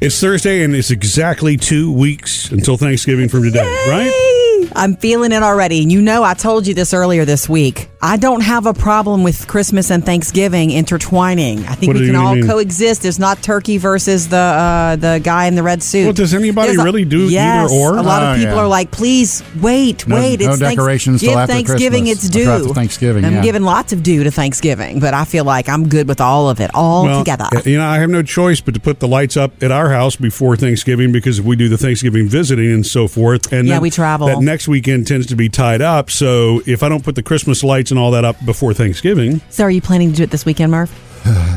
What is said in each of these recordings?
It's Thursday, and it's exactly two weeks until Thanksgiving from today, right? I'm feeling it already. You know, I told you this earlier this week. I don't have a problem with Christmas and Thanksgiving intertwining. I think What do we can you all mean? coexist. It's not turkey versus the uh, the guy in the red suit. Well, does anybody There's a- really do either yes, or? A lot of Oh, people yeah. are like, please wait, No- wait. no it's Thanks- decorations till give after Thanksgiving Christmas, its or due. after Thanksgiving, I'm yeah. giving lots of due to Thanksgiving, but I feel like I'm good with all of it, all together. You know, I have no choice but to put the lights up at our house before Thanksgiving because we do the Thanksgiving visiting and so forth. And Yeah, then we travel. That next weekend tends to be tied up. So if I don't put the Christmas lights and all that up before Thanksgiving, so, are you planning to do it this weekend, Murph?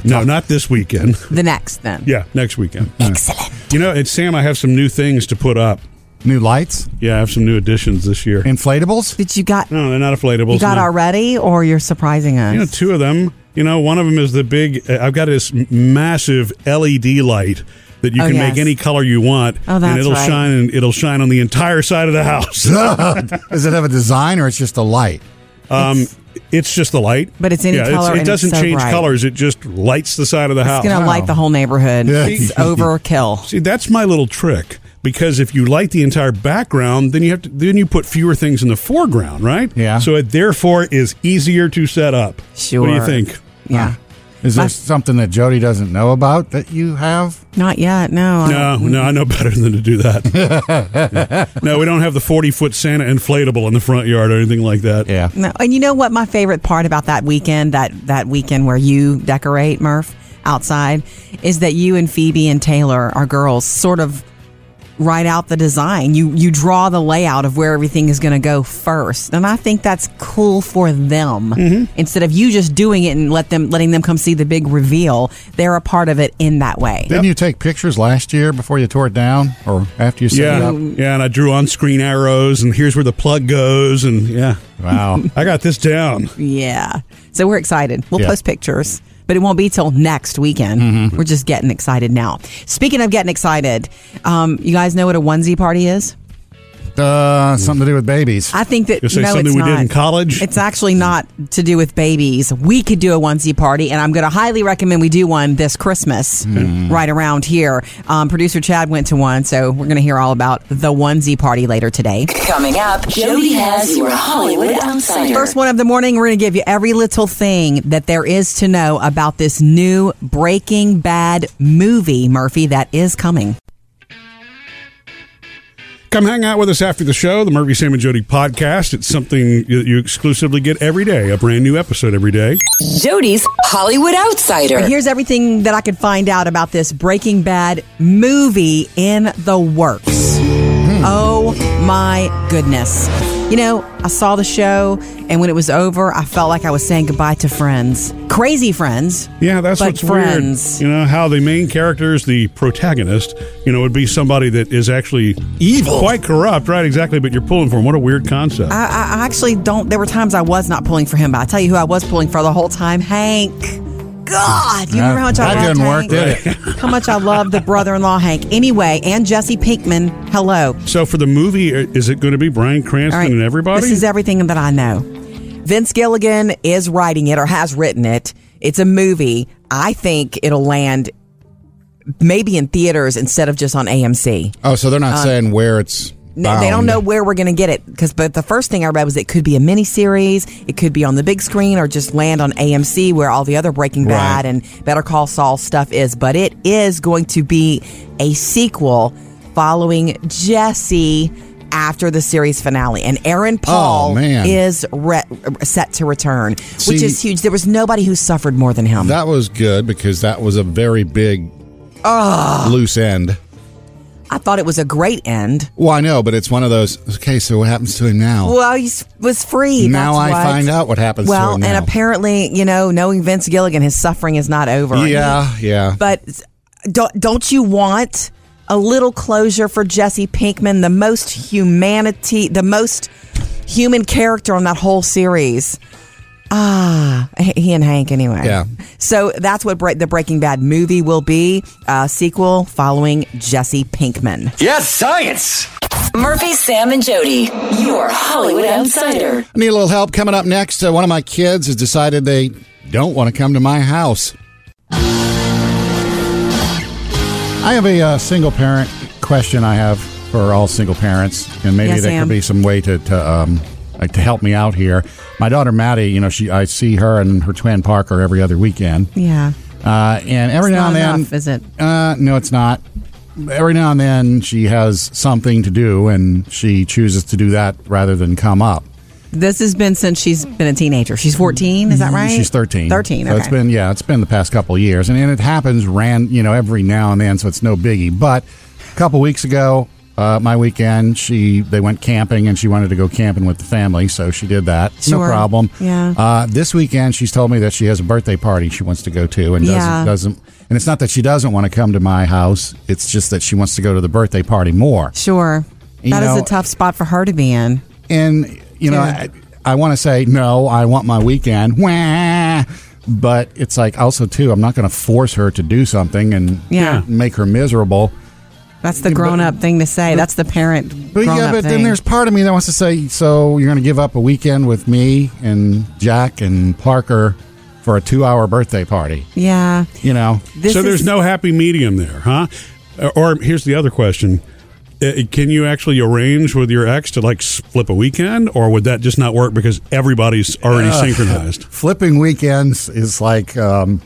no, not this weekend. The next, then. Yeah, next weekend. Excellent. You know, and Sam, I have some new things to put up. New lights, Yeah, I have some new additions this year. inflatables. Did you got No, they're not inflatables. you got no. already, or you're surprising us? You know, two of them. You know, one of them is the big. uh, I've got this m- massive LED light that you Oh, can yes. make any color you want, Oh, and that's it'll right. shine. And it'll shine on the entire side of the house. Does it have a design or it's just a light? um, it's just the light, But it's any yeah, color It and it's doesn't so change bright. colors. It just lights the side of the house. It's gonna Wow. light the whole neighborhood. Yeah. It's overkill. See, that's my little trick. Because if you light the entire background, then you have to then you put fewer things in the foreground, right? Yeah. So it therefore is easier to set up. Sure. What do you think? Yeah. Is there something that Jody doesn't know about that you have? Not yet. No. I- No, no, I know better than to do that. No, we don't have the forty foot Santa inflatable in the front yard or anything like that. Yeah. No. And you know what? My favorite part about that weekend, that that weekend where you decorate Murph outside, is that you and Phoebe and Taylor, our girls, sort of write out the design. You you draw the layout of where everything is going to go first, and I think that's cool for them. Instead of you just doing it and let them letting them come see the big reveal, they're a part of it in that way. Didn't you take pictures last year before you tore it down or after you set it Yeah, up? yeah, and I drew on screen arrows, and here's where the plug goes, and yeah, Wow. I got this down. Yeah. So we're excited. We'll Yeah. post pictures, but it won't be till next weekend. Mm-hmm. We're just getting excited now. Speaking of getting excited, um, you guys know what a onesie party is? Uh, something to do with babies. I think that You'll say no, something it's we not. did in college. It's actually not to do with babies. We could do a onesie party, and I'm going to highly recommend we do one this Christmas Mm. right around here. Um, Producer Chad went to one, so we're going to hear all about the onesie party later today. Coming up, Jody has your Hollywood Outsider. First one of the morning, we're going to give you every little thing that there is to know about this new Breaking Bad movie, Murphy, that is coming. Come hang out with us after the show, the Murphy Sam and Jody podcast. It's something you, you exclusively get every day, a brand new episode every day. Jody's Hollywood Outsider. But here's everything that I could find out about this Breaking Bad movie in the works. Oh my goodness. You know, I saw the show, and when it was over, I felt like I was saying goodbye to friends. Crazy friends. Yeah, that's But what's friends. weird. You know how the main characters, the protagonist, you know, would be somebody that is actually evil, quite corrupt, right? Exactly. But you're pulling for him. What a weird concept. I, I- I actually don't. There were times I was not pulling for him, but I tell you who I was pulling for the whole time Hank. God, you remember how much I loved That didn't work, Hank? did it? How much I loved the brother-in-law Hank. Anyway, and Jesse Pinkman. Hello. so for the movie, i- is it going to be Brian Cranston All right, and everybody? This is everything that I know. Vince Gilligan is writing it or has written it. It's a movie. I think it'll land maybe in theaters instead of just on AMC. oh, so they're not saying where it's. No, uh, they don't bound. know where we're going to get it because. But the first thing I read was it could be a miniseries, it could be on the big screen, or just land on AMC where all the other Breaking Bad and Better Call Saul stuff is. But it is going to be a sequel following Jesse after the series finale, and Aaron Paul Oh, man. is re- uh, set to return, which See- is huge. There was nobody who suffered more than him. That was good because that was a very big Ah. loose end. I thought it was a great end. Well, I know, but it's one of those. Okay, so what happens to him now? Well, he s- was free. now that's I what. find out what happens to Well, him. and now. apparently, you know, knowing Vince Gilligan, his suffering is not over. Yeah, yeah. But don't don't you want a little closure for Jesse Pinkman, the most humanity, the most human character on that whole series? Ah, he and Hank anyway. Yeah. So that's what break, the Breaking Bad movie will be, a sequel following Jesse Pinkman. Yes, science. Murphy, Sam, and Jody, your Hollywood Outsider. I need a little help coming up next. Uh, one of my kids has decided they don't want to come to my house. I have a uh, single parent question I have for all single parents, and maybe Yes, there Sam. could be some way to, to um like to help me out here. My daughter Maddie, you know, she I see her and her twin Parker every other weekend, Yeah. uh, and every It's now not and then enough, is it? Uh, no, it's not. Every now and then she has something to do, and she chooses to do that rather than come up. This has been since she's been a teenager. She's 14, is that right? Mm-hmm. She's 13. 13, So okay. it's been, yeah, it's been the past couple of years. And, and it happens ran, you know, every now and then, so it's no biggie. But a couple weeks ago, uh, my weekend, she they went camping and she wanted to go camping with the family, so she did that. Sure. No problem. Yeah. Uh, this weekend, she's told me that she has a birthday party she wants to go to and doesn't, Yeah. doesn't. And it's not that she doesn't want to come to my house; it's just that she wants to go to the birthday party more. Sure. You That is know- a tough spot for her to be in. And you know, Yeah. I, I want to say no. I want my weekend. Wah! But it's like also too. I'm not going to force her to do something and Yeah. make her miserable. That's the grown up thing to say. That's the parent. But yeah, grown-up but then thing. there's part of me that wants to say, so you're going to give up a weekend with me and Jack and Parker for a two-hour birthday party? Yeah. You know, This so there's is- no happy medium there, huh? Uh, Or here's the other question. Uh, Can you actually arrange with your ex to like flip a weekend, or would that just not work because everybody's already synchronized? flipping weekends is like. Um,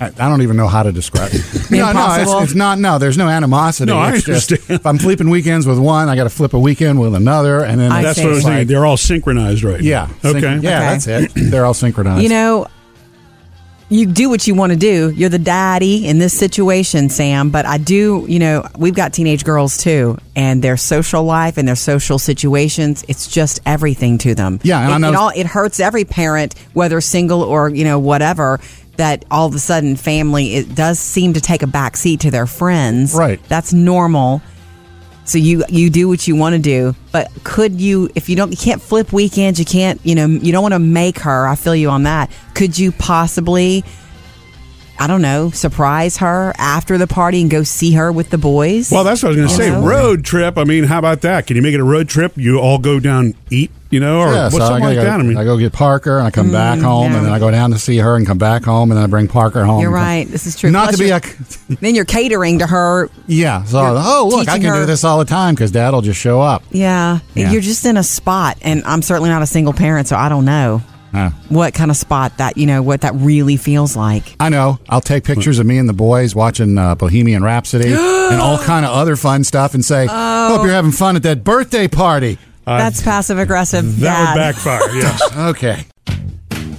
I I don't even know how to describe it. No, no, it's, Impossible. it's not. No, there's no animosity. No, I It's just, understand. if I'm flipping weekends with one, I got to flip a weekend with another, and then I it's That's what I was just thinking. like- They're all synchronized right Yeah. now. Okay. Synch- yeah, Okay. that's it. They're all synchronized. You know, you do what you want to do. You're the daddy in this situation, Sam. But I do, you know, we've got teenage girls too, and their social life and their social situations, it's just everything to them. Yeah, and it, I know- it all it hurts every parent, whether single or you know whatever. That all of a sudden family it does seem to take a backseat to their friends. Right. that's normal. So you you do what you want to do, but could you if you don't you can't flip weekends, you can't, you know, you don't want to make her. I feel you on that. Could you possibly I don't know, surprise her after the party and go see her with the boys? Well, that's what I was going to say. know? Road trip. I mean, how about that? Can you make it a road trip? You all go down, eat, you know, or yeah, what's so I something go, like that? I mean, I go get Parker and I come back home Mm, yeah. and then I go down to see her and come back home and then I bring Parker home. You're and come- right. This is true. Not Plus to be you're- a then you're catering to her. yeah. So You're oh look, I teaching can her- do this all the time because Dad will just show up. Yeah. Yeah. You're just in a spot and I'm certainly not a single parent, so I don't know Huh. what kind of spot that, you know, what that really feels like. I know. I'll take pictures of me and the boys watching uh, Bohemian Rhapsody and all kind of other fun stuff and say, Oh. "Hope you're having fun at that birthday party." That's passive aggressive. that Dad. would backfire. Yes. Okay.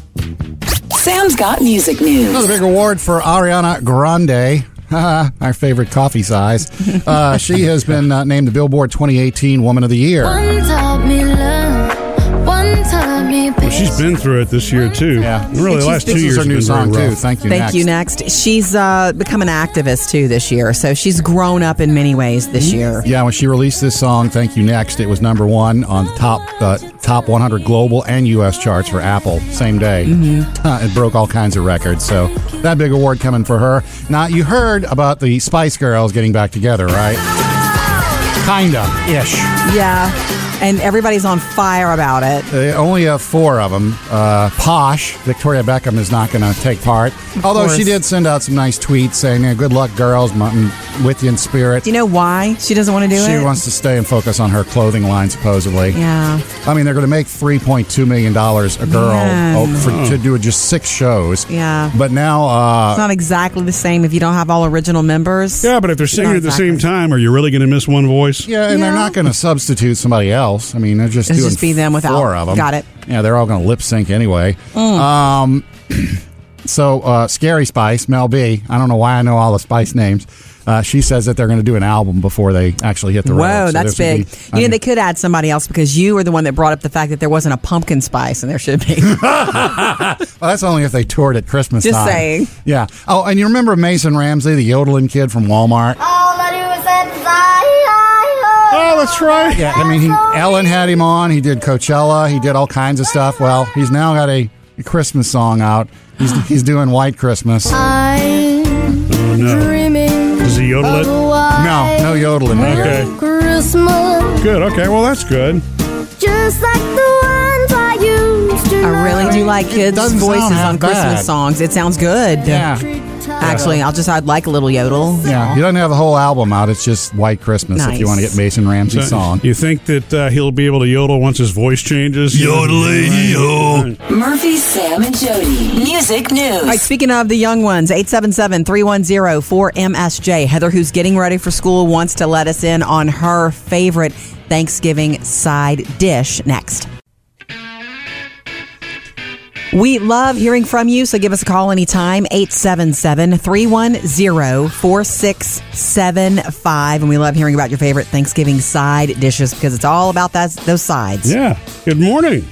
Sam's got music news. Another big award for Ariana Grande. Our favorite coffee size. Uh, she has been uh, named the Billboard 2018 Woman of the Year. One time me love, one time me Well, she's been through it this year too. Yeah. And really, It's the last just- this two is years her new have been song very too. rough. Thank you. Thank you. Next, she's uh, become an activist too this year, so she's grown up in many ways this year. Yeah, when she released this song, "Thank You Next," it was number one on the top uh, top 100 global and U.S. charts for Apple. Same day, Mm-hmm. it broke all kinds of records. So that big award coming for her. Now you heard about the Spice Girls getting back together, right? Kinda ish. Yeah, and everybody's on fire about it. They Uh, only have four of them. Uh, Posh, Victoria Beckham is not going to take part. Although course. she did send out some nice tweets saying, "Yeah, "Good luck, girls. i with you in spirit." Do you know why she doesn't want to do she it? wants to stay and focus on her clothing line, supposedly. yeah, I mean, they're going to make three point two million dollars a girl Man. oh, for, to do just six shows. Yeah. But now, uh, it's not exactly the same if you don't have all original members. Yeah, but if they're singing Not at the same exactly. time, are you really going to miss one voice? yeah, and Yeah. they're not going to substitute somebody else. I mean, they're just It'll doing just be them without- four of them. Got it. Mm. Yeah, they're all going to lip sync anyway. Um, so, uh, Scary Spice, Mel B. I don't know why I know all the Spice names. Uh, she says that they're going to do an album before they actually hit the road. Whoa, So that's this would big. be- I you know, mean- they could add somebody else because you were the one that brought up the fact that there wasn't a pumpkin spice and there should be. Well, that's only if they toured at Christmas Just time. saying. Yeah. Oh, and you remember Mason Ramsey, the yodeling kid from Walmart? All I do is that I, I, Oh, that's right. Yeah. I mean, he, Ellen had him on. He did Coachella. He did all kinds of stuff. Well, he's now got a, a Christmas song out. He's, he's doing White Christmas. No, I'm Oh, no. dreaming Does he yodel of it? a white no yodeling. Okay. Christmas, Good. Okay. Well, that's good. just like the ones I used to I really do like kids' doesn't sound voices half on Christmas bad. songs. It sounds good. Yeah. do. Actually, I'll just I'd like a little yodel. Yeah, he doesn't have the whole album out. It's just White Christmas if you Nice. want to get Mason Ramsey's song. Uh, You think that uh, he'll be able to yodel once his voice changes? Yodeling, yo. Murphy, Sam, and Jody. Music news. All right, speaking of the young ones, 877-310-4MSJ. Heather, who's getting ready for school, wants to let us in on her favorite Thanksgiving side dish next. We love hearing from you, so give us a call anytime, 877-310-4675. And we love hearing about your favorite Thanksgiving side dishes because it's all about that, those sides. Yeah. Good morning.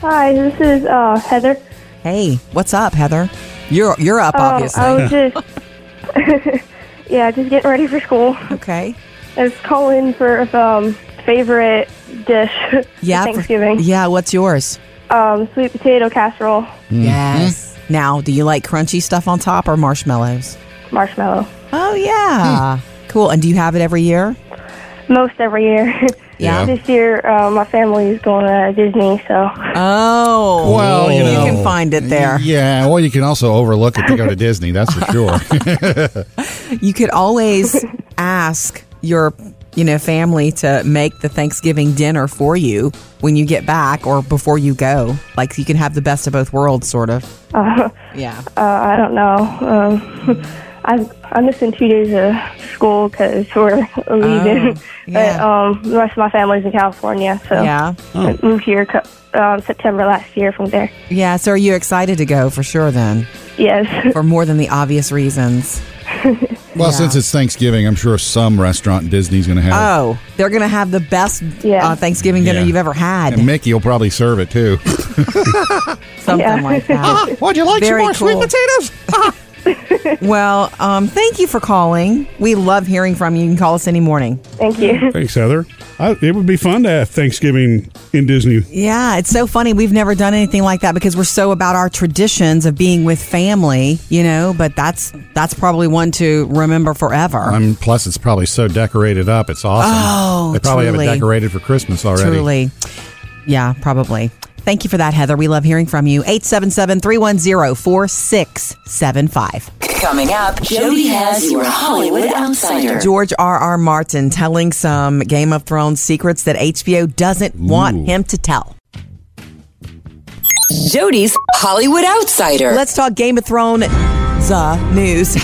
Hi, this is uh, Heather. Hey, what's up, Heather? You're, you're up, Oh, obviously. I was just, yeah, just getting ready for school. okay. I was calling for um, favorite dish for Yeah. for- Thanksgiving. yeah, what's yours? Um, sweet potato casserole, Mm-hmm. Yes. Now, do you like crunchy stuff on top or marshmallows? marshmallow. Oh yeah. Cool. And do you have it every year? Most every year. Yeah. this year, uh, my family is going to Disney, so uh, Oh. Well, you know. you can find it there. Yeah, well, you can also overlook it to go to Disney, that's for sure. You could always ask your you know family to make the Thanksgiving dinner for you when you get back or before you go. Like you can have the best of both worlds, sort of. Uh-huh. yeah. uh, I don't know. Um, I'm I'm missing two days of school because we're leaving. but Oh, yeah. um, the rest of my family's in California, so yeah. I moved here co- um, September last year from there. Yeah. So are you excited to go for sure then? Yes. For more than the obvious reasons. Well, since it's Thanksgiving, I'm sure some restaurant in Disney's going to have Oh, they're going to have the best Yeah. uh, Thanksgiving dinner Yeah. you've ever it. had. And Mickey will probably serve it too. Something Yeah. like that. Would Ah, you like some Very more sweet cool. potatoes? Ah. well, um, thank you for calling. We love hearing from you. You can call us any morning. Thank you. Thanks, Heather. I, it would be fun to have Thanksgiving in Disney. Yeah, it's so funny. We've never done anything like that because we're so about our traditions of being with family, you know, but that's that's probably one to remember forever. Um, plus, it's probably so decorated up. It's awesome. Oh, they probably have truly. it decorated for Christmas already. Truly. Yeah, probably. Thank you for that, Heather. We love hearing from you. 877 310 4675. Coming up, Jody has your Hollywood Outsider. George R. R. Martin telling some Game of Thrones secrets that HBO doesn't want him to tell. Jody's Hollywood Outsider. Let's talk Game of Thrones uh, news.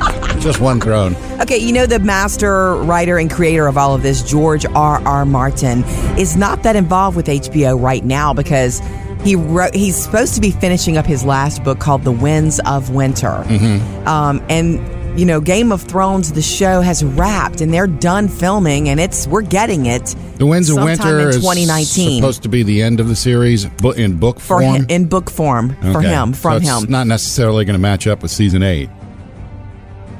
Just one throne. okay, you know the master writer and creator of all of this, George R. R. Martin, is not that involved with HBO right now because he wrote. He's supposed to be finishing up his last book called The Winds of Winter, Mm-hmm. um, and you know Game of Thrones, the show has wrapped and they're done filming, and it's we're getting it. The Winds of sometime Winter in is 2019 supposed to be the end of the series, but in book for form. him in book form for Okay. him So from it's him. not necessarily going to match up with season eight.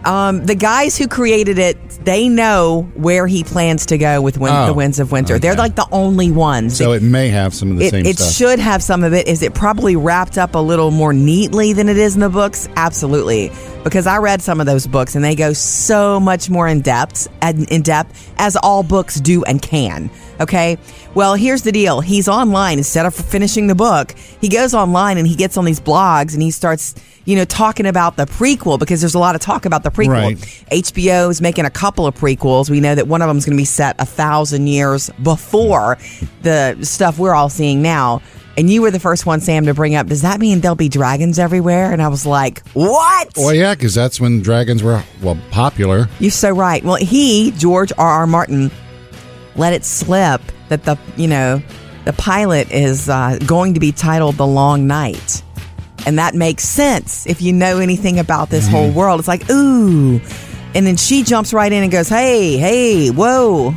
um, the guys who created it, they know where he plans to go with win- Oh, the Winds of Winter. They're okay. like the only ones. So it may have some of the it, same it stuff. should have some of it. Is it probably wrapped up a little more neatly than it is in the books? Absolutely, because I read some of those books and they go so much more in depth, and in depth as all books do and can. Okay, well here's the deal. He's online instead of finishing the book. He goes online and he gets on these blogs and he starts, you know, talking about the prequel because there's a lot of talk about the prequel. Right. HBO is making a couple of prequels. We know that one of them is going to be set a thousand years before the stuff we're all seeing now. And you were the first one, Sam, to bring up. Does that mean there'll be dragons everywhere? And I was like, what? Well, yeah, because that's when dragons were well popular. You're so right. Well, he, George R. R. Martin, let it slip that the you know the pilot is uh, going to be titled "The Long Night," and that makes sense if you know anything about this whole world. It's like ooh, and then she jumps right in and goes, "Hey, hey, whoa."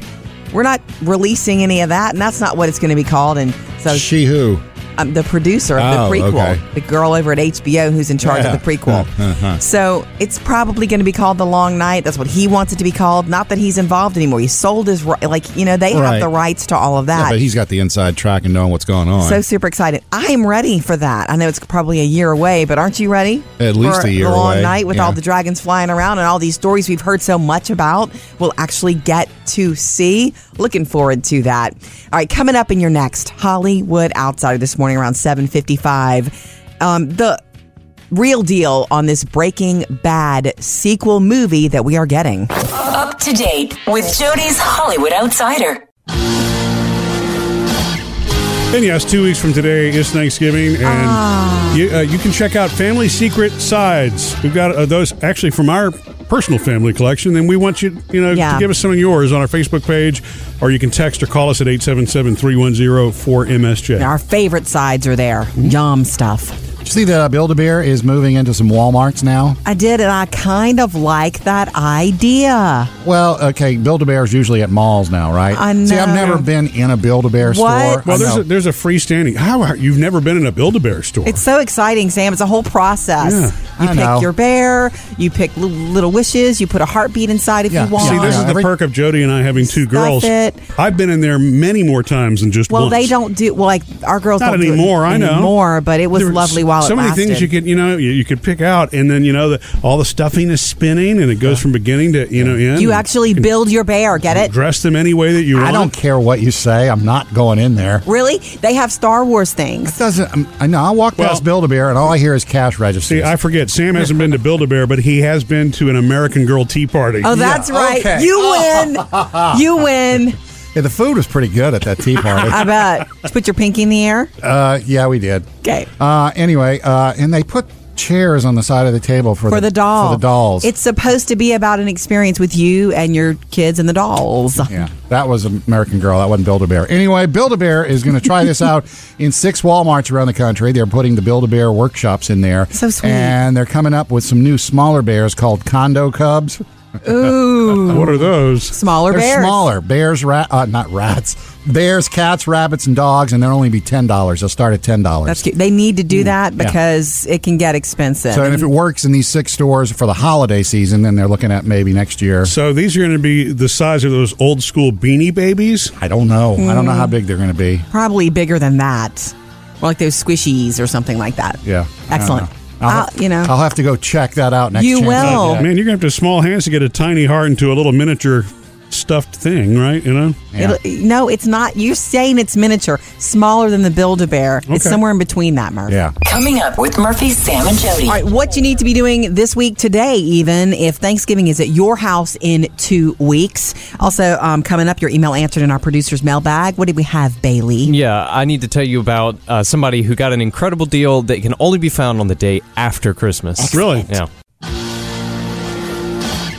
We're not releasing any of that, and that's not what it's going to be called. And so, She who? um, the producer of Oh, the prequel, okay. Uh-huh. the girl over at HBO who's in charge of the prequel. So it's probably going to be called The Long Night. That's what he wants it to be called. Not that he's involved anymore. He sold his ri- like you know they Right. have the rights to all of Yeah, that. but he's got the inside track and knowing what's going on. so super excited! I'm ready for that. I know it's probably a year away, but aren't you ready? At least for a year the long away. night with Yeah. all the dragons flying around and all these stories we've heard so much about. We'll actually get to see. Looking forward to that. All right, coming up in your next Hollywood Outsider this morning around 7:55. Um, the real deal on this Breaking Bad sequel movie that we are getting. Up to date with Jody's Hollywood Outsider. And yes, two weeks from today is Thanksgiving, and Ah. you, uh, you can check out Family Secret Sides. We've got uh, those actually from our personal family collection, and we want you, you know, Yeah. to give us some of yours on our Facebook page, or you can text or call us at 877-310-4MSJ. Our favorite sides are there. Yum stuff. Did you see that uh, Build-A-Bear is moving into some Walmarts now? I did, and I kind of like that idea. Well, okay, Build-A-Bear is usually at malls now, right? I See, I've know. never been in a Build-A-Bear store. What? I Well, there's know. a, there's a freestanding. How are, you've never been in a Build-A-Bear store? It's so exciting, Sam. It's a whole process. Yeah. you I pick know. your bear, you pick li- little wishes, you put a heartbeat inside if Yeah. you want. See, this is the Every- perk of Jody and I having two Stuff girls. it. I've been in there many more times than just well, once. they don't do well. Like our girls Not don't anymore. Do it I know anymore, but it was There were lovely s- while so it many lasted. things you could you know you, you could pick out, and then you know the, all the stuffing is spinning, and it goes from beginning to you know end. you actually build your bear. Get it? dress them any way that you want. I don't care what you say. I'm not going in there. Really? They have Star Wars It things. doesn't. I'm, I know. I walk Well- past Build-A-Bear and all I hear is cash See, registers. I forget. Sam hasn't been to Build a Bear, but he has been to an American Girl tea party. Oh, that's right. okay. You win. you win. yeah, the food was pretty good at that tea party. I bet. Did you put your pinky in the air. uh, yeah, we did. Okay. Uh, anyway, uh, and they put chairs on the side of the table for, For the doll. For the dolls. It's supposed to be about an experience with you and your kids and the dolls. Yeah, that was American Girl. That wasn't Build a Bear. Anyway, Build a Bear is going to try this out in six Walmarts around the country. They're putting the Build a Bear workshops in there. So sweet. And they're coming up with some new smaller bears called Condo Cubs. what are those? Smaller they're bears. smaller. Bears, rat, uh, not rats. Bears, cats, rabbits, and dogs, and they'll only be ten dollars. They'll start at ten dollars. That's cute. They need to do that because it can get expensive. Mm. So, and if it works in these six stores for the holiday season, then they're looking at maybe next year. So these are going to be the size of those old school beanie babies. I don't know. I don't know Mm. how big they're going to be. Probably bigger than that. Or like those squishies or something like that. Yeah, I don't Excellent. know. I'll, I'll- you know. I'll have to go check that out next. You chance I will. get. Man, you're going to have to have small hands to get a tiny heart into a little miniature stuffed thing, right? You know. Yeah. It'll, no, it's not. You're saying it's miniature, smaller than the Build-A-Bear. It's Okay. somewhere in between that, Murph. Yeah. Coming up with Murphy, Sam, and Jody. All right, what you need to be doing this week today, even if Thanksgiving is at your house in two weeks. Also, um, coming up, your email answered in our producer's mailbag. What did we have, Bailey? Yeah, I need to tell you about uh, somebody who got an incredible deal that can only be found on the day after Christmas. Really? Yeah.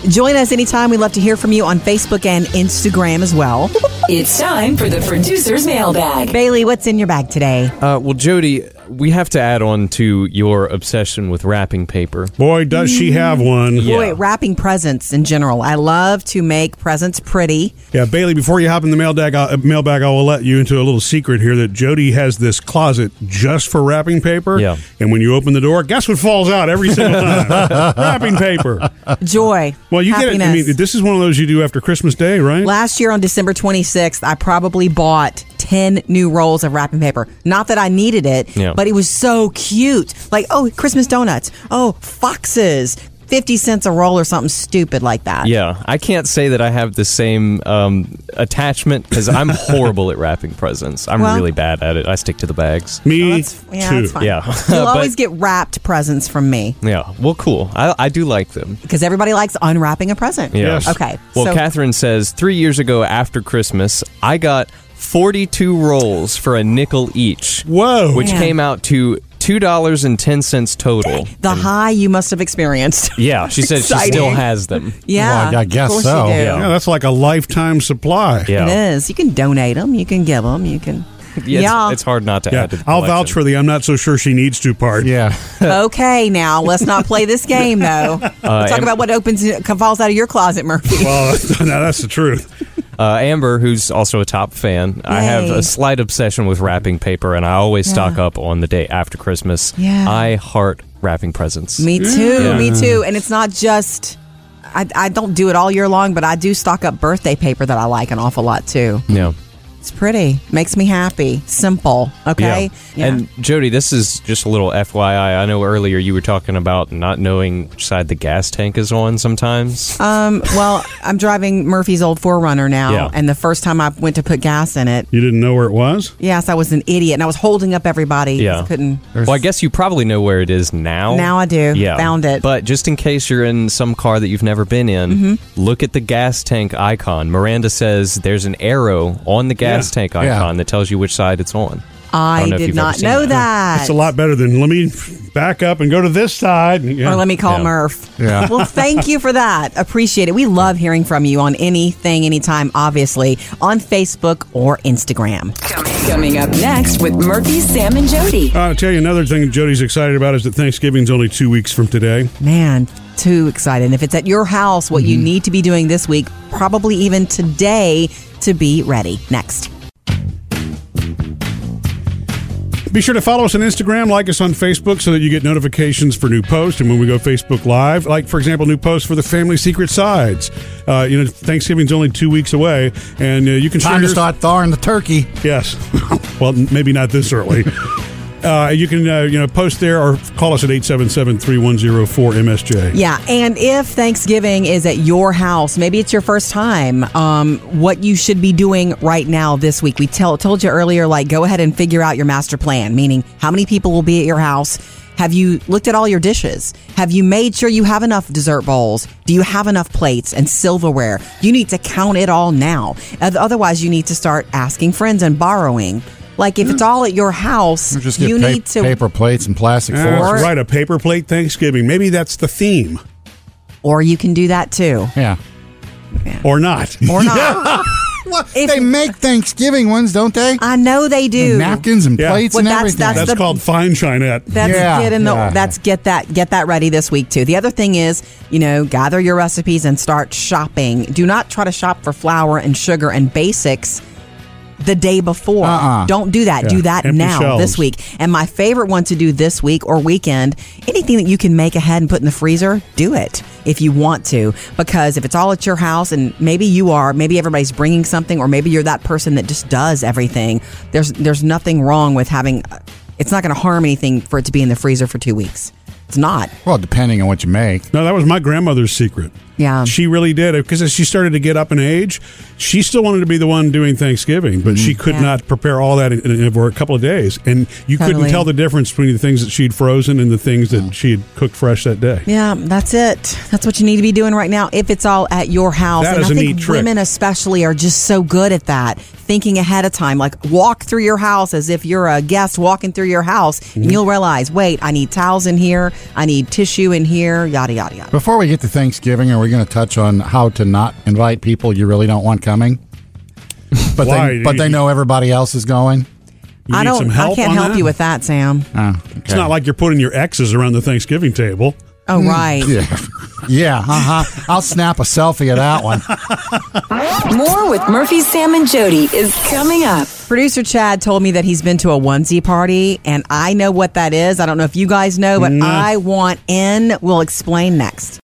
Join us anytime. We'd love to hear from you on Facebook and Instagram as well. It's time for the producer's mailbag. Bailey, what's in your bag today? Uh, well, Jody, we have to add on to your obsession with wrapping paper. Boy, does Mm. she have one. Boy, wrapping presents in general. I love to make presents pretty. Yeah, Bailey, before you hop in the mailbag, uh, mailbag, I will let you into a little secret here that Jody has this closet just for wrapping paper. Yeah. And when you open the door, guess what falls out every single time? wrapping paper. Joy. Well, you happiness. get it. I mean, this is one of those you do after Christmas Day, right? Last year on December 26th, I probably bought 10 new rolls of wrapping paper. Not that I needed it, Yeah. but it was so cute. Like, oh, Christmas donuts. Oh, foxes. 50 cents a roll or something stupid like that. Yeah, I can't say that I have the same um, attachment because I'm horrible at wrapping presents. I'm Well- really bad at it. I stick to the bags. Me That's, yeah, too. that's fine. Yeah. You'll But- always get wrapped presents from me Yeah, well, cool. I, I do like them. because everybody likes unwrapping a present. Yeah. Yes. Okay. Well, so Catherine says three years ago after Christmas, I got 42 rolls for a nickel each. Whoa. Which Man. came out to $2.10 total. the high you must have experienced. Yeah, she said she Exciting. still has them. yeah. Well, I guess of course so. You do. Yeah. yeah, that's like a lifetime supply. Yeah. It is. You can donate them. You can give them. You can. Yeah, it's- Yeah. It's, hard not to Yeah, add to the I'll collection. vouch for the I'm not so sure she needs to part. Yeah. okay, now let's not play this game though. Let's talk Uh, and- about what opens falls out of your closet, Murphy. Well, now that's the truth. uh, Amber, who's also a top fan. I have Yay. a slight obsession with wrapping paper, and I always stock up on the day after Christmas. Yeah. I heart wrapping presents. me too. Yeah. Me too. And it's not just. I, I don't do it all year long, but I do stock up birthday paper that I like an awful lot too. Yeah. It's pretty. Makes me happy. Simple. Okay. Yeah. And Jody, this is just a little FYI. I know earlier you were talking about not knowing which side the gas tank is on sometimes. um, well, I'm driving Murphy's old Forerunner now, Yeah. and the first time I went to put gas in it, You didn't know where it was? yes, I was an idiot, and I was holding up everybody. Yeah. Just couldn't. well, I guess you probably know where it is now. Now I do. Yeah. Found it. But just in case you're in some car that you've never been in, Mm-hmm. look at the gas tank icon. Miranda says there's an arrow on the gas Yeah. tank icon Yeah. that tells you which side it's on. I, don't know if did you've ever not seen know that. that. It's a lot better than let me back up and go to this side. Yeah. Or let me call Yeah. Murph. Yeah. Well, thank you for that. Appreciate it. We love hearing from you on anything, anytime, obviously, on Facebook or Instagram. Coming up next with Murphy, Sam, and Jody. Uh, I'll tell you another thing Jody's excited about is that Thanksgiving's only two weeks from today. Man, too excited. And if it's at your house, what Mm-hmm. you need to be doing this week, probably even today, to be ready. Next. Be sure to follow us on Instagram, like us on Facebook so that you get notifications for new posts and when we go Facebook Live. Like, for example, new posts for the Family Secret Sides. Uh, you know, Thanksgiving's only two weeks away, and uh, you can share Time to yours- start thawing the turkey. Yes. well, n- maybe not this early. Uh, you can uh, you know post there or call us at 877-3104-MSJ. Yeah, and if Thanksgiving is at your house, maybe it's your first time, um, what you should be doing right now this week. We tell, told you earlier, like, go ahead and figure out your master plan, meaning how many people will be at your house. Have you looked at all your dishes? Have you made sure you have enough dessert bowls? Do you have enough plates and silverware? You need to count it all now. Oth- Otherwise, you need to start asking friends and borrowing. Like, if it's all at your house, Or Mm. Just get you pa- need to. paper plates and plastic Yeah, forks. That's right, a paper plate Thanksgiving. Maybe that's the theme, Or you can do that too. Yeah. or not. Or not. If- they make Thanksgiving ones, don't they? I know they do. Napkins and Yeah. plates Well, and that's- everything. That's, the- called fine chinette. That's Yeah, get in the yeah. that's get that get that ready this week too. The other thing is, you know, gather your recipes and start shopping. Do not try to shop for flour and sugar and basics the day before. Uh-uh. Don't do that. Yeah, Do that empty now shelves. this week. And my favorite one to do this week or weekend, anything that you can make ahead and put in the freezer, do it if you want to because if it's all at your house and maybe you are, maybe everybody's bringing something or maybe you're that person that just does everything. There's there's nothing wrong with having it's not going to harm anything for it to be in the freezer for 2 weeks. It's not. well, depending on what you make. No, that was my grandmother's secret. Yeah. She really did because as she started to get up in age, she still wanted to be the one doing Thanksgiving, but she could Yeah. not prepare all that in, in, over a couple of days, and you couldn't Totally. tell the difference between the things that she'd frozen and the things that she had cooked fresh that day. Yeah, that's it. That's what you need to be doing right now. If it's all at your house, That and is I a think neat trick. women especially are just so good at that, thinking ahead of time. Like walk through your house as if you're a guest walking through your house, and Mm-hmm. you'll realize, wait, I need towels in here, I need tissue in here, yada yada yada. Before we get to Thanksgiving, are we going to touch on how to not invite people you really don't want coming? But Why? they but they know everybody else is going. You I need don't, some I help can't on help that? Uh, you with that, Sam. Oh, okay. It's not like you're putting your exes around the Thanksgiving table. Oh right, yeah, yeah. Uh huh. I'll snap a selfie of that one. More with Murphy, Sam, and Jody is coming up. producer Chad told me that he's been to a onesie party, and I know what that is. I don't know if you guys know, but Mm. I want in. We'll explain next.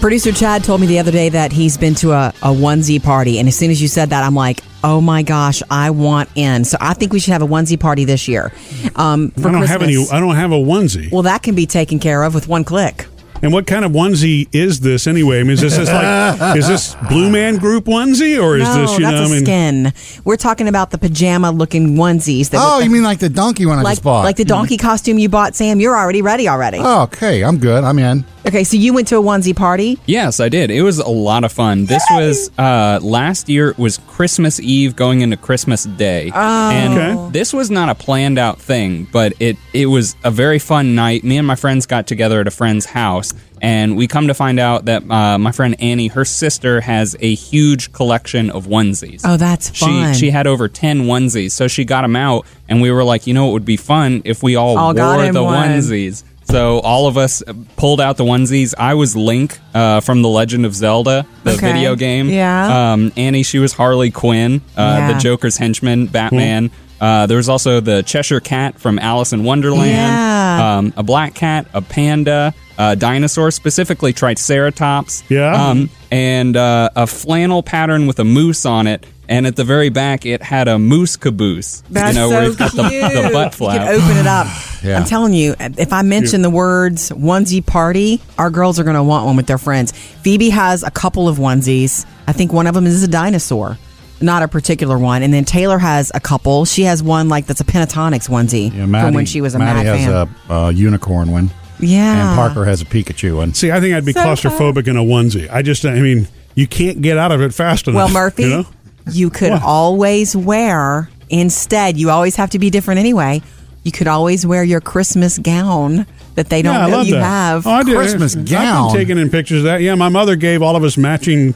Producer Chad told me the other day that he's been to a, a onesie party, and as soon as you said that, I'm like, oh my gosh, I want in. So I think we should have a onesie party this year. Um, for I don't Christmas. have any. uh, I don't have a onesie. well, that can be taken care of with one click. And what kind of onesie is this anyway? I mean, is this, this like is this Blue Man Group onesie or is no, this you Oh, that's know? a I mean, skin. We're talking about the pajama looking onesies. That Oh, look you mean like the donkey one I like just bought? like the Mm-hmm. donkey costume you bought, Sam. You're already ready already. Uh, Oh, okay, I'm good. I'm in. Okay, so you went to a onesie party. Yes, I did. It was a lot of fun. This was uh, last year. It was Christmas Eve going into Christmas Day, and Okay. this was not a planned out thing, but it it was a very fun night. Me and my friends got together at a friend's house, and we come to find out that uh, my friend Annie, her sister, has a huge collection of onesies. Oh, that's fun. She she had over ten onesies, so she got them out, and we were like, you know, it would be fun if we all All got wore him the one. onesies. So all of us pulled out the onesies. I was Link uh, from The Legend of Zelda, the Okay. video game. Yeah. Um, Annie, she was Harley Quinn, uh, Yeah. the Joker's henchman, Batman. Uh, there was also the Cheshire Cat from Alice in Wonderland. Yeah. Um, a black cat, a panda, uh, a dinosaur, specifically Triceratops. Yeah. Um, and uh, a flannel pattern with a moose on it. And at the very back, it had a moose caboose. That's you know, so where it's got the, cute. the butt You flap. can open it up. Yeah. I'm telling you, if I mention the words onesie party, our girls are going to want one with their friends. Phoebe has a couple of onesies. I think one of them is a dinosaur, not a particular one. And then Taylor has a couple. She has one like that's a pentatonics onesie Yeah, Maddie, from when she was a Maddie Mad has fan. a uh, unicorn one, yeah. and Parker has a Pikachu one. See, I think I'd be So claustrophobic in a onesie. I just, I mean, you can't get out of it fast enough. Well, Murphy, you you, know? could What? always wear, instead, you always have to be different anyway. You could always wear your Christmas gown that they don't yeah, I know love you that. have. Oh, I did. Christmas I've gown. been taking in pictures of that. Yeah, my mother gave all of us matching.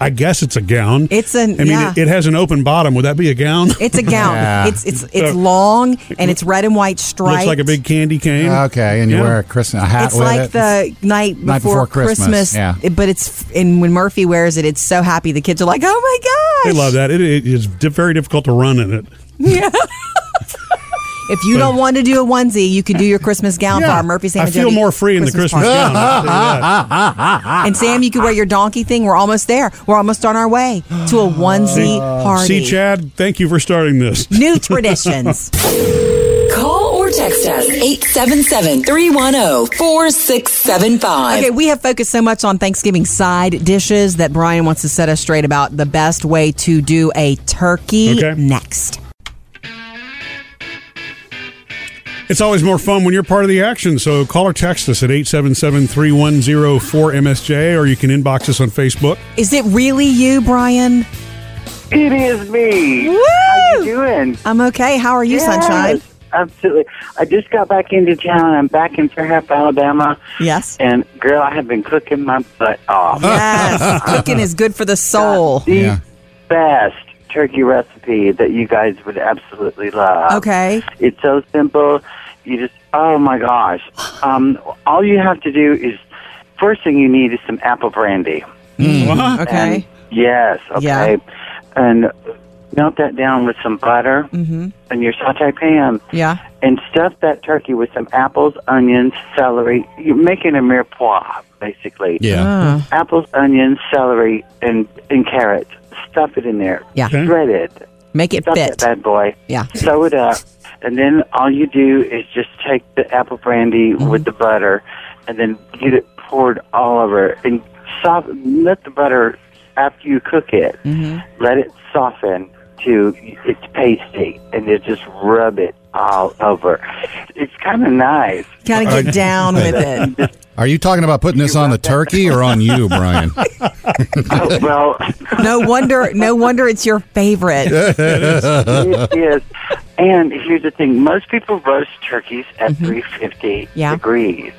I guess it's a gown. It's an- I mean, yeah. it, it has an open bottom. Would that be a gown? It's a gown. Yeah. It's it's it's long and it's red and white Looks stripes. like a big candy cane. Okay, and you Yeah. wear a Christmas a hat It's with like it. the night before, Night before Christmas, yeah. it- but it's f- and when Murphy wears it, it's so happy. The kids are like, "Oh my They gosh!" love that. It, it is di- very difficult to run in it. If you don't want to do a onesie, you can do your Christmas gown Yeah. for our Murphy Sam. I and feel Jody more free in the Christmas party. gown. I'll tell you that. And Sam, you could wear your donkey thing. We're almost there. We're almost on our way to a onesie party. uh, See, Chad, thank you for starting this. New traditions. Call or text us 877 310 4675. Okay, we have focused so much on Thanksgiving side dishes that Brian wants to set us straight about the best way to do a turkey Okay. next. It's always more fun when you're part of the action. So call or text us at 877 310 4MSJ or you can inbox us on Facebook. Is it really you, Brian? It is me. Woo! How you doing? I'm okay. How are you, Yes, Sunshine? Absolutely. I just got back into town. I'm back in Fairhope, Alabama. Yes. And girl, I have been cooking my butt off. Yes. Cooking is good for the soul. The Yeah. best turkey recipe that you guys would absolutely love. Okay. It's so simple. You just oh my gosh. Um, all you have to do is first thing you need is some apple brandy. What? And- Okay. yes. Yeah. Okay. And melt that down with some butter Mm-hmm. in your saute pan. Yeah. and stuff that turkey with some apples, onions, celery. You're making a mirepoix, basically. yeah. Ah. Apples, onions, celery, and and carrots. Stuff it in there. Yeah. Okay. Shred it. Make it Stuff fit. that bad boy. Yeah. Sew it up, and then all you do is just take the apple brandy with the butter, and then get it poured all over and soft. Let the butter after you cook it. Let it soften to it's pasty, and then just rub it all over. It's kind of nice. Kind of get down with it. Are you talking about putting this on the turkey or on you, Brian? Oh, well. No wonder. No wonder it's your favorite. it is. And here's the thing: most people roast turkeys at 350 Yeah. degrees.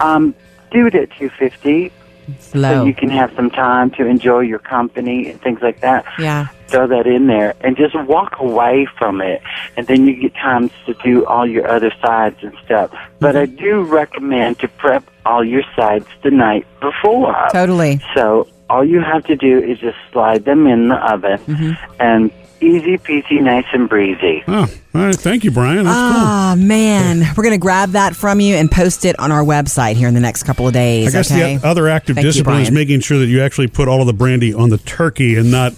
Um, do it at 250, so Slow. you can have some time to enjoy your company and things like that. Yeah. Throw that in there and just walk away from it, and then you get time to do all your other sides and stuff. But I do recommend to prep all your sides the night before. Totally. So all you have to do is just slide them in the oven and easy peasy, nice and breezy. Oh, all right. Thank you, Brian. That's cool. Ah man, we're gonna grab that from you and post it on our website here in the next couple of I days. guess okay. the other active Thank you, discipline is Brian. making sure that you actually put all of the brandy on the turkey and not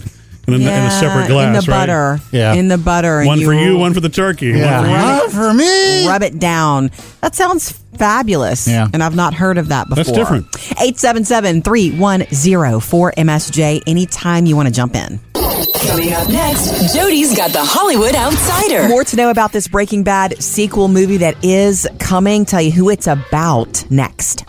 in a, in a separate in glass. the right? butter. Yeah. In the butter. and One for you, will one for the turkey. Yeah. One for you. Not for me. Rub it down. That sounds fabulous. Yeah. And I've not heard of that before. That's different. 877 310 4MSJ. Anytime you want to jump in. Coming up next, Jody's got the Hollywood Outsider. More to know about this Breaking Bad sequel movie that is coming. Tell you who it's about next.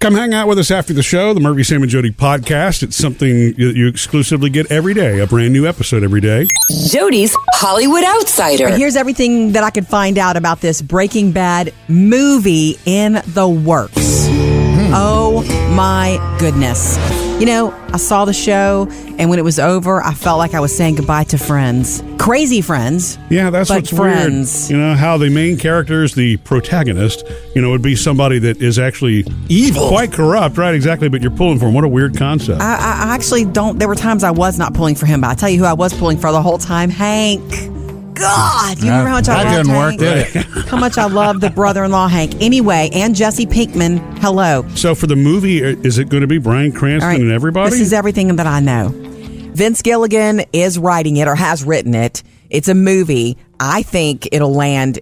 Come hang out with us after the show, the Murphy, Sam, and Jody podcast. It's something that you exclusively get every day, a brand new episode every day. Jody's Hollywood Outsider. But here's everything that I could find out about this Breaking Bad movie in the works. Hmm. Oh my goodness. You know, I saw the show, and when it was over, I felt like I was saying goodbye to friends. Crazy friends. Yeah, that's but what's friends. weird. You know how the main characters, the protagonist, you know, would be somebody that is actually evil, quite corrupt, right? Exactly. But you're pulling for him. What a weird concept. I, I- I actually don't. There were times I was not pulling for him, but I tell you who I was pulling for the whole time Hank. God, you remember how much I That loved didn't work, Hank? did it? How much I loved the brother-in-law Hank. Anyway, and Jesse Pinkman. Hello. So for the movie, i- is it going to be Brian Cranston and everybody? This is everything that I know. Vince Gilligan is writing it or has written it. It's a movie. I think it'll land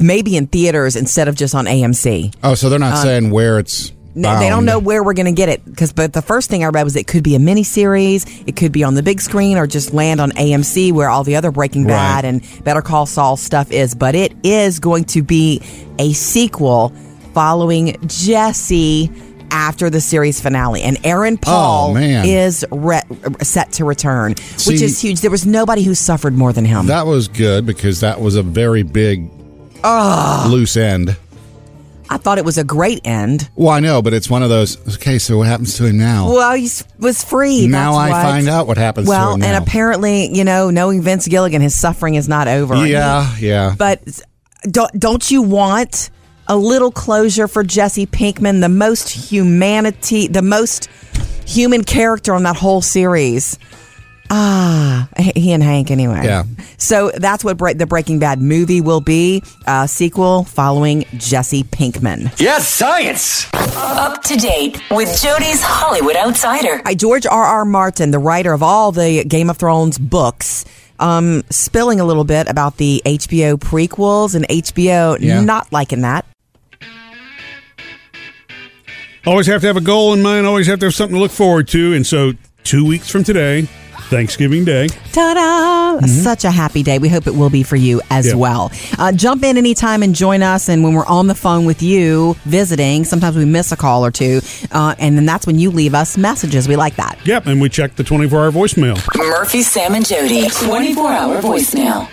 maybe in theaters instead of just on AMC. Oh, so they're not saying where it's. Uh, No, they don't bound. know where we're going to get it because. But the first thing I read was it could be a miniseries, it could be on the big screen, or just land on AMC where all the other Breaking Bad Right. and Better Call Saul stuff is. But it is going to be a sequel following Jesse after the series finale, and Aaron Paul Oh, man. is re- set to return, which See- is huge. There was nobody who suffered more than him. That was good because that was a very big loose end. I thought it was a great end. Well, I know, but it's one of those. Okay, so what happens to him now? Well, he s- was free. now I that's what. find out what happens Well, to him. and now. apparently, you know, knowing Vince Gilligan, his suffering is not over. Yeah, yeah. But don't don't you want a little closure for Jesse Pinkman, the most humanity, the most human character on that whole series? Ah, h- he and Hank anyway. Yeah. So that's what Bre- the Breaking Bad movie will be, a sequel following Jesse Pinkman. Up to date with Jody's Hollywood Outsider. All right, George R. R. Martin, the writer of all the Game of Thrones books, um, spilling a little bit about the HBO prequels and HBO Yeah. not liking that. always have to have a goal in mind, always have to have something to look forward to. And so, two weeks from today, Thanksgiving Day, Ta-da! Such a happy day. We hope it will be for you as Mm-hmm. Yeah. well. Uh, jump in anytime and join us. And when we're on the phone with you visiting, sometimes we miss a call or two, uh, and then that's when you leave us messages. We like that. yep, and we check the 24 hour voicemail. Murphy, Sam, and Jody. 24 hour voicemail.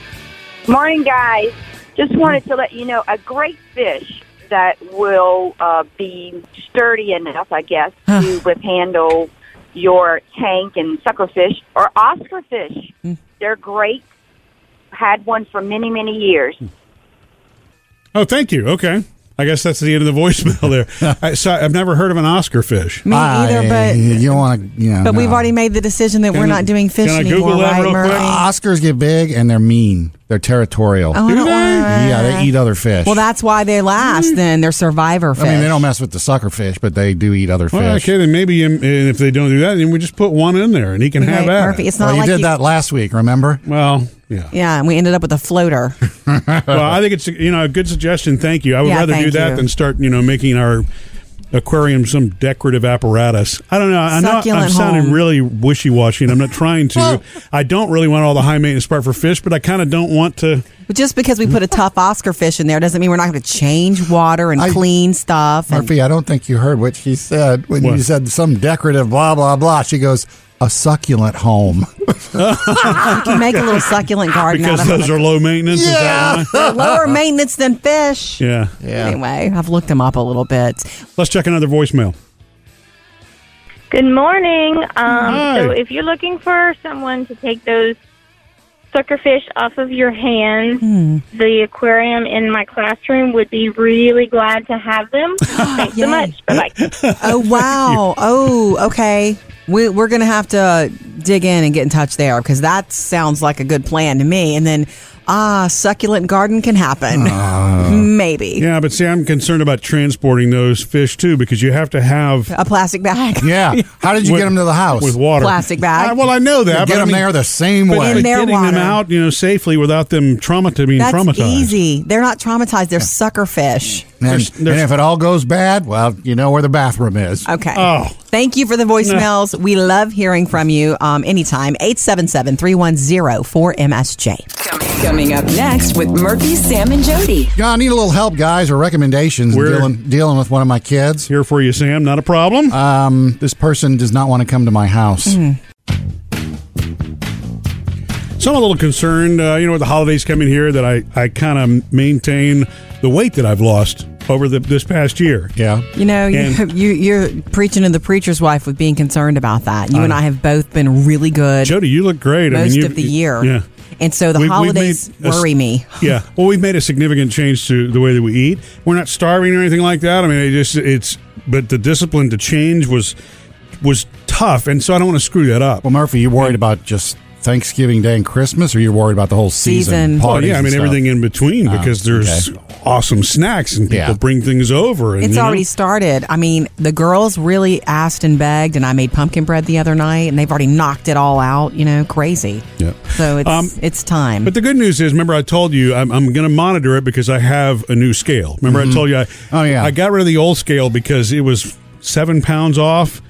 Morning, guys. Just wanted to let you know a great fish that will uh, be sturdy enough, I guess, to withhandle your tank and suckerfish or Oscar fish. Hmm. They're great. Had one for many, many years. Oh, thank you. Okay. I guess that's the end of the voicemail there. I, so I've never heard of an Oscar fish. Me either, I- but you don't want to. Yeah, but we've no. already made the decision that we're Can I- not doing fish can I anymore, Google that right, real quick? Murphy? Oscars get big and they're mean. They're territorial. Oh, I Do don't they? Mm-hmm. wanna- yeah, they eat other fish. Well, that's why they last. Then they're survivor fish. I mean, they don't mess with the sucker fish, but they do eat other Well, fish. okay, then maybe um, and if they don't do that, then we just put one in there and he can Right, have that. Murphy, it's not well, you like did you- that last week, remember? Well, yeah. Yeah, and we ended up with a floater. well, I think it's you know a good suggestion. Thank you. I would Yeah, rather do thank that you. than start you know making our aquarium some decorative apparatus. I don't know. I know Succulent I'm sounding home. really wishy washy, and I'm not trying to. I don't really want all the high maintenance part for fish, but I kind of don't want to. But just because we put a tough Oscar fish in there doesn't mean we're not going to change water and I- clean stuff. and- Murphy, I don't think you heard what she said when What? you said some decorative blah, blah, blah. She goes, a succulent home. you can make a little succulent garden because out of those it. are low maintenance. Is that why? They're lower maintenance than fish. yeah. Anyway, I've looked them up a little bit. Let's check another voicemail. Good morning. Um, Hi. so, if you're looking for someone to take those suckerfish off of your hands, the aquarium in my classroom would be really glad to have them. Thanks Yay. so much. Bye bye. Oh wow. oh, okay. We, we're gonna have to dig in and get in touch there because that sounds like a good plan to me. And then, ah, succulent garden can happen, maybe Ah. Yeah, but see, I'm concerned about transporting those fish too because you have to have a plastic bag. Yeah. How did you With- get them to the house? with water Plastic bag. Uh, well, I know that. You but get I them mean- there the same But, way. but In their getting them water. out, you know, safely without them trauma to being That's traumatized. easy. They're not traumatized. They're sucker fish. And, There's- there's- and if it all goes bad, well, you know where the bathroom is. Okay. Oh. Thank you for the voicemails. We love hearing from you um, anytime. 877-310-4MSJ. Coming up next with Murphy, Sam, and Jody. Yeah, I need a little help, guys, or recommendations in We're- dealing, dealing with one of my kids. Here for you, Sam. Not a problem. Um, this person does not want to come to my house. Mm-hmm. so I'm a little concerned, uh, you know, with the holidays coming here, that I, I kind of maintain the weight that I've lost over the, this past year. Yeah. You know, you, And- you, you're preaching to the preacher's wife with being concerned about that. You and I have both been really good Jody, you look great. I mean, most you- of the you- year. Yeah. And so the We- we've holidays made a s- worry me. Yeah. Well, we've made a significant change to the way that we eat. We're not starving or anything like that. I mean, it just it's but the discipline to change was was tough, and so I don't want to screw that up. Well, Murphy, you're worried about just Thanksgiving Day and Christmas, or you're worried about the whole season? Season. Oh parties yeah, I and mean stuff? everything in between Oh, because there's awesome snacks and people Yeah. bring things over. And, It's you know, already started. I mean, the girls really asked and begged, and I made pumpkin bread the other night, and they've already knocked it all out. You know, crazy. Yeah. So it's Um, it's time. But the good news is, remember I told you I'm, I'm going to monitor it because I have a new scale. Remember I told you I, Oh, yeah. I got rid of the old scale because it was seven pounds off.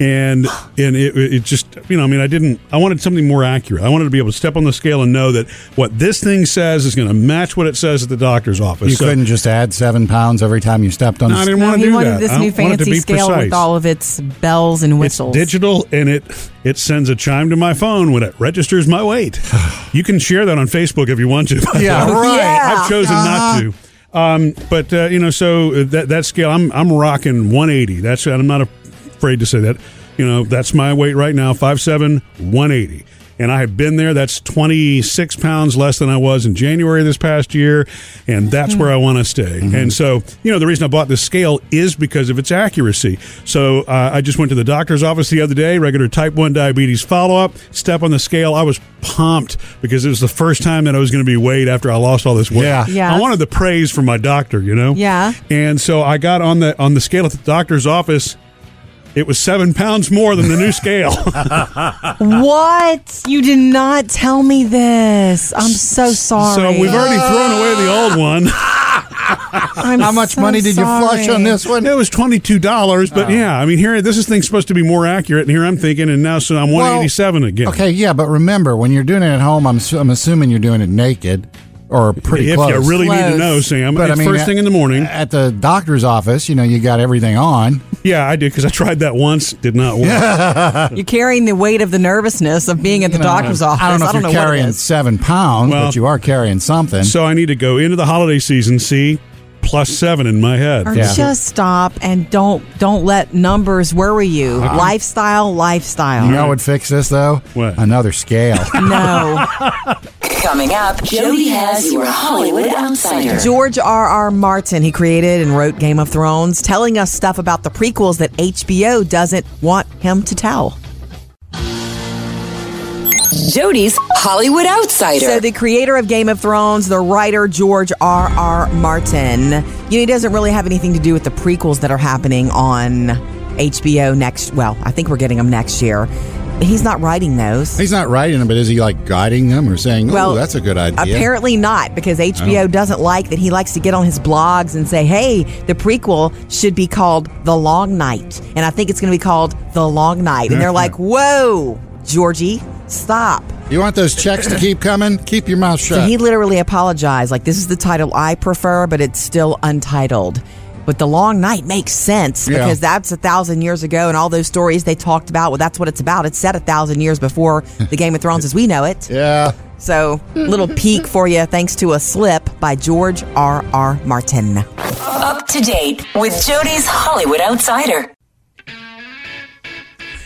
And and it, it just you know I mean I didn't I wanted something more accurate I wanted to be able to step on the scale and know that what this thing says is going to match what it says at the doctor's office. You So- couldn't just add seven pounds every time you stepped on. uh, No, the I s- didn't No, want to he do wanted that. this I new wanted to fancy be scale precise. with all of its bells and whistles. It's digital and it it sends a chime to my phone when it registers my weight. you can share that on Facebook if you want to. by the Yeah, way. right. Uh-huh. Yeah. I've chosen not to. Um, but uh, you know, so that that scale, I'm I'm rocking 180. That's and I'm not afraid to say that. You know, that's my weight right now, 5'7", 180. And I have been there. That's 26 pounds less than I was in January this past year. And that's where I want to stay. And so, you know, the reason I bought this scale is because of its accuracy. So uh, I just went to the doctor's office the other day, regular type 1 diabetes follow up, step on the scale. I was pumped because it was the first time that I was going to be weighed after I lost all this weight. Yeah. Yeah. I wanted the praise from my doctor, you know? Yeah. And so I got on the on the scale at the doctor's office. It was seven pounds more than the new scale. What? You did not tell me this. I'm so sorry. so we've already thrown away the old one. I'm How much so money did you flush sorry. on this one? It was twenty two dollars, but Oh. yeah, I mean here this is thing's supposed to be more accurate, and here I'm thinking, and now so I'm one eighty seven again. Okay, yeah, but remember when you're doing it at home, I'm, su- I'm assuming you're doing it naked or pretty If close. you really need to Close. know, Sam, But it's I mean, uh, first at- thing in the morning. at the doctor's office, you know, you got everything on. Yeah, I did because I tried that once, did not work. You're carrying the weight of the nervousness of being at the doctor's office. I don't know if you're what it carrying is. seven pounds, Well- but you are carrying something. So I need to go into the holiday season, see plus seven in my head. Or Yeah. just stop and don't don't let numbers worry you. Uh-uh. Lifestyle, lifestyle. you know what would fix this though? What? Another scale. No. Coming up, Jody has your Hollywood Outsider. George R. R. Martin, he created and wrote Game of Thrones, telling us stuff about the prequels that HBO doesn't want him to tell. Jody's Hollywood Outsider. So, the creator of Game of Thrones, the writer George R. R. Martin, you know, he doesn't really have anything to do with the prequels that are happening on HBO next. Well, I think we're getting them next year. He's not writing those. He's not writing them, but is he like guiding them or saying, "Oh, Well, that's a good idea"? Apparently not, because HBO doesn't like that he likes to get on his blogs and say, hey, the prequel should be called The Long Night. And I think it's going to be called The Long Night. And they're like, whoa, Georgie, stop. you want those checks to keep coming? Keep your mouth So shut. he literally apologized. Like, this is the title I prefer, but it's still untitled. But The Long Night makes sense Yeah. because that's a thousand years ago, and all those stories they talked about, well, that's what it's about. It's set a thousand years before the Game of Thrones as we know it. yeah. So, little peek for you, thanks to a slip by George R. R. Martin. Up to date with Jody's Hollywood Outsider.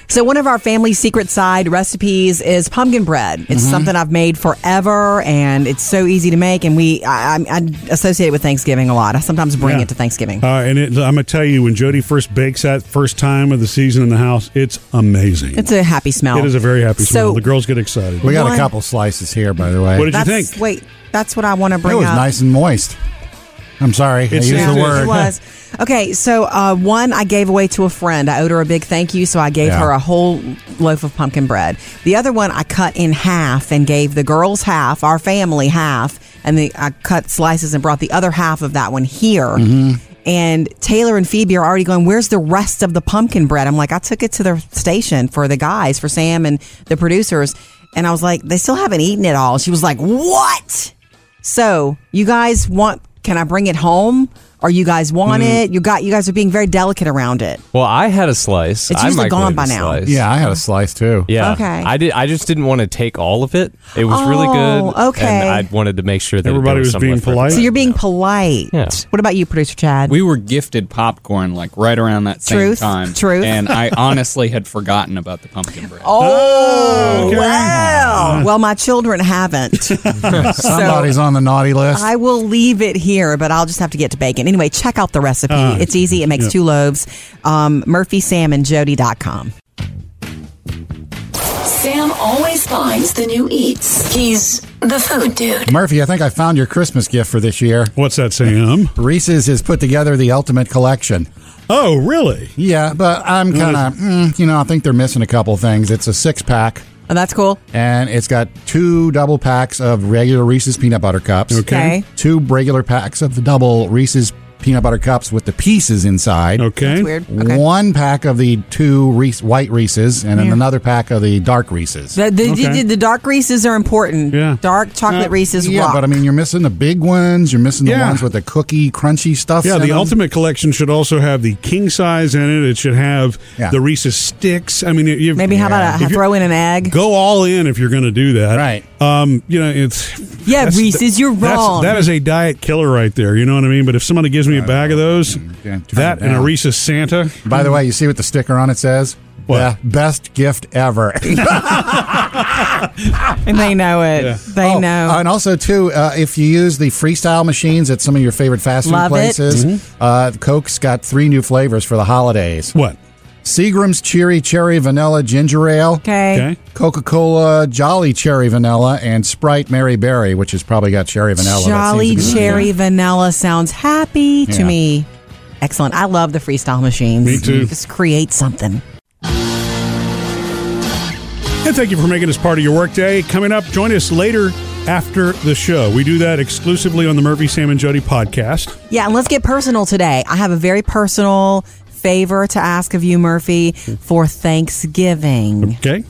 So, one of our family secret side recipes is pumpkin bread. It's Mm-hmm. something I've made forever, and it's so easy to make. And we, I, I, I associate it with Thanksgiving a lot. I sometimes bring Yeah. it to Thanksgiving. Uh, and it, I'm gonna tell you, when Jody first bakes that first time of the season in the house, it's amazing. it's a happy smell. It is a very happy So- smell. The girls get excited. We got One- a couple slices here, by the way. What did you That's, think? Wait, that's what I want to It bring was up. nice and moist. I'm sorry, I used just the is. word. It was. Okay, so uh, one I gave away to a friend. I owed her a big thank you, so I gave Yeah. her a whole loaf of pumpkin bread. The other one I cut in half and gave the girls half, our family half, and the, I cut slices and brought the other half of that one here. Mm-hmm. And Taylor and Phoebe are already going, Where's the rest of the pumpkin bread? I'm like, I took it to the station for the guys, for Sam and the producers. And I was like, They still haven't eaten it all. She was like, What? So you guys want? Can I bring it home? Or you guys want it? You got you guys are being very delicate around it. Well, I had a slice. It's I usually gone microwaved by a now. slice. Yeah, I had a slice too. Yeah. Okay. I did. I just didn't want to take all of it. It was really Oh, good. okay. And I wanted to make sure that Everybody there was was some being left for polite. So you're being polite. Yeah. What about you, producer Chad? We were gifted popcorn like right around that same Truth, time. truth. And I honestly had forgotten about the pumpkin bread. oh okay. wow! Well, my children haven't. Somebody's on the naughty list. I will leave it here, but I'll just have to get to bacon. Anyway, check out the recipe. it's easy. It makes yeah. two loaves. Um, MurphySamandJody.com. Sam always finds the new eats. He's the food dude. Murphy, I think I found your Christmas gift for this year. What's that, Sam? Reese's has put together the ultimate collection. oh, really? Yeah, but I'm kind of, mm, you know, I think they're missing a couple things. It's a six pack, Oh, that's cool. and it's got two double packs of regular Reese's peanut butter cups, Okay. Okay. two regular packs of the double Reese's peanut butter cups with the pieces inside, Okay. It's weird. Okay. one pack of the two Reese, white Reese's, and then another pack of the dark Reese's. The, the, Okay. the, the dark Reese's are important. Yeah. Dark chocolate Uh, Reese's yeah, rock. but I mean, you're missing the big ones. You're missing the Yeah. ones with the cookie crunchy stuff. Yeah, the ultimate collection should also have the king size in it. It should have Yeah. the Reese's sticks. I mean, you Maybe how about a, If you- throw in an egg? go all in if you're going to do that. Right. Um, you know, it's Yeah, that's- Reese's, you're that's- wrong. that is a diet killer right there. You know what I mean? But if somebody gives me a bag of those, Mm-hmm. turn that it and a down. Reese's Santa, By the way, you see what the sticker on it says? What? The best gift ever. and they know it. They Oh, know. And also, too, uh, if you use the freestyle machines at some of your favorite fast food Love it. places, Mm-hmm. uh, Coke's got three new flavors for the holidays what? Seagram's Cheery Cherry Vanilla Ginger Ale, okay. Okay. Coca Cola Jolly Cherry Vanilla, and Sprite Mary Berry, which has probably got cherry vanilla. That Jolly seems to be- cherry vanilla sounds happy to Yeah. me. Excellent. I love the freestyle machines. Me too. Just create something. And thank you for making this part of your workday. Coming up, join us later after the show. We do that exclusively on the Murphy, Sam, and Jody podcast. Yeah, and let's get personal today. I have a very personal favor to ask of you, Murphy, for Thanksgiving. Okay.